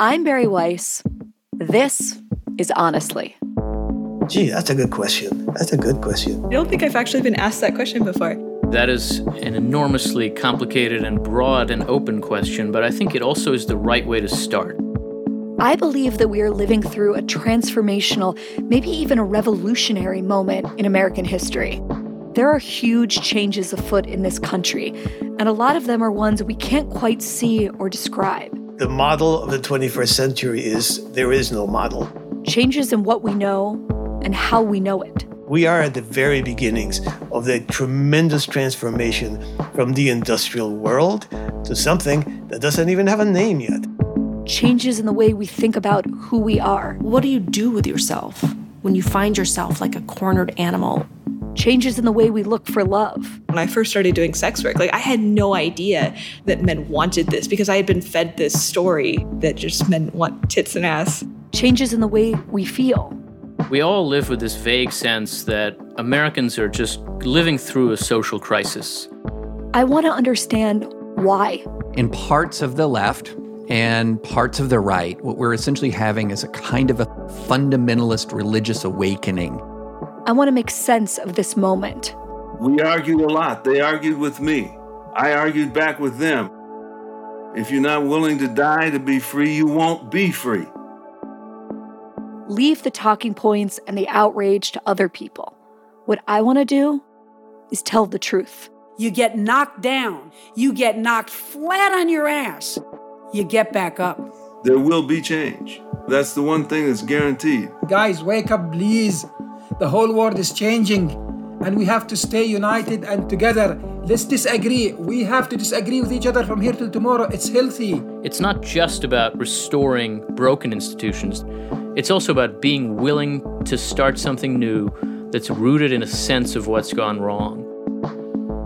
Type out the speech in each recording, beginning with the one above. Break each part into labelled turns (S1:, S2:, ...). S1: I'm Barry Weiss. This is Honestly.
S2: Gee, that's a good question. That's a good question.
S3: I don't think I've actually been asked that question before.
S4: That is an enormously complicated and broad and open question, but I think it also is the right way to start.
S1: I believe that we are living through a transformational, maybe even a revolutionary moment in American history. There are huge changes afoot in this country, and a lot of them are ones we can't quite see or describe.
S2: The model of the 21st century is there is no model.
S1: Changes in what we know and how we know it.
S2: We are at the very beginnings of the tremendous transformation from the industrial world to something that doesn't even have a name yet.
S1: Changes in the way we think about who we are.
S5: What do you do with yourself when you find yourself like a cornered animal?
S1: Changes in the way we look for love.
S3: When I first started doing sex work, like I had no idea that men wanted this because I had been fed this story that just men want tits and ass.
S1: Changes in the way we feel.
S4: We all live with this vague sense that Americans are just living through a social crisis.
S1: I want to understand why.
S6: In parts of the left and parts of the right, what we're essentially having is a kind of a fundamentalist religious awakening.
S1: I want to make sense of this moment.
S7: We argued a lot. They argued with me. I argued back with them. If you're not willing to die to be free, you won't be free.
S1: Leave the talking points and the outrage to other people. What I want to do is tell the truth.
S8: You get knocked down, you get knocked flat on your ass, you get back up.
S7: There will be change. That's the one thing that's guaranteed.
S9: Guys, wake up, please. The whole world is changing, and we have to stay united and together. Let's disagree. We have to disagree with each other from here till tomorrow. It's healthy.
S4: It's not just about restoring broken institutions, it's also about being willing to start something new that's rooted in a sense of what's gone wrong.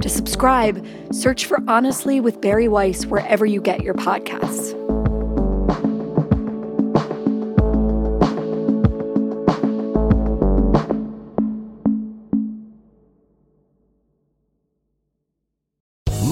S1: To subscribe, search for Honestly with Barry Weiss wherever you get your podcasts.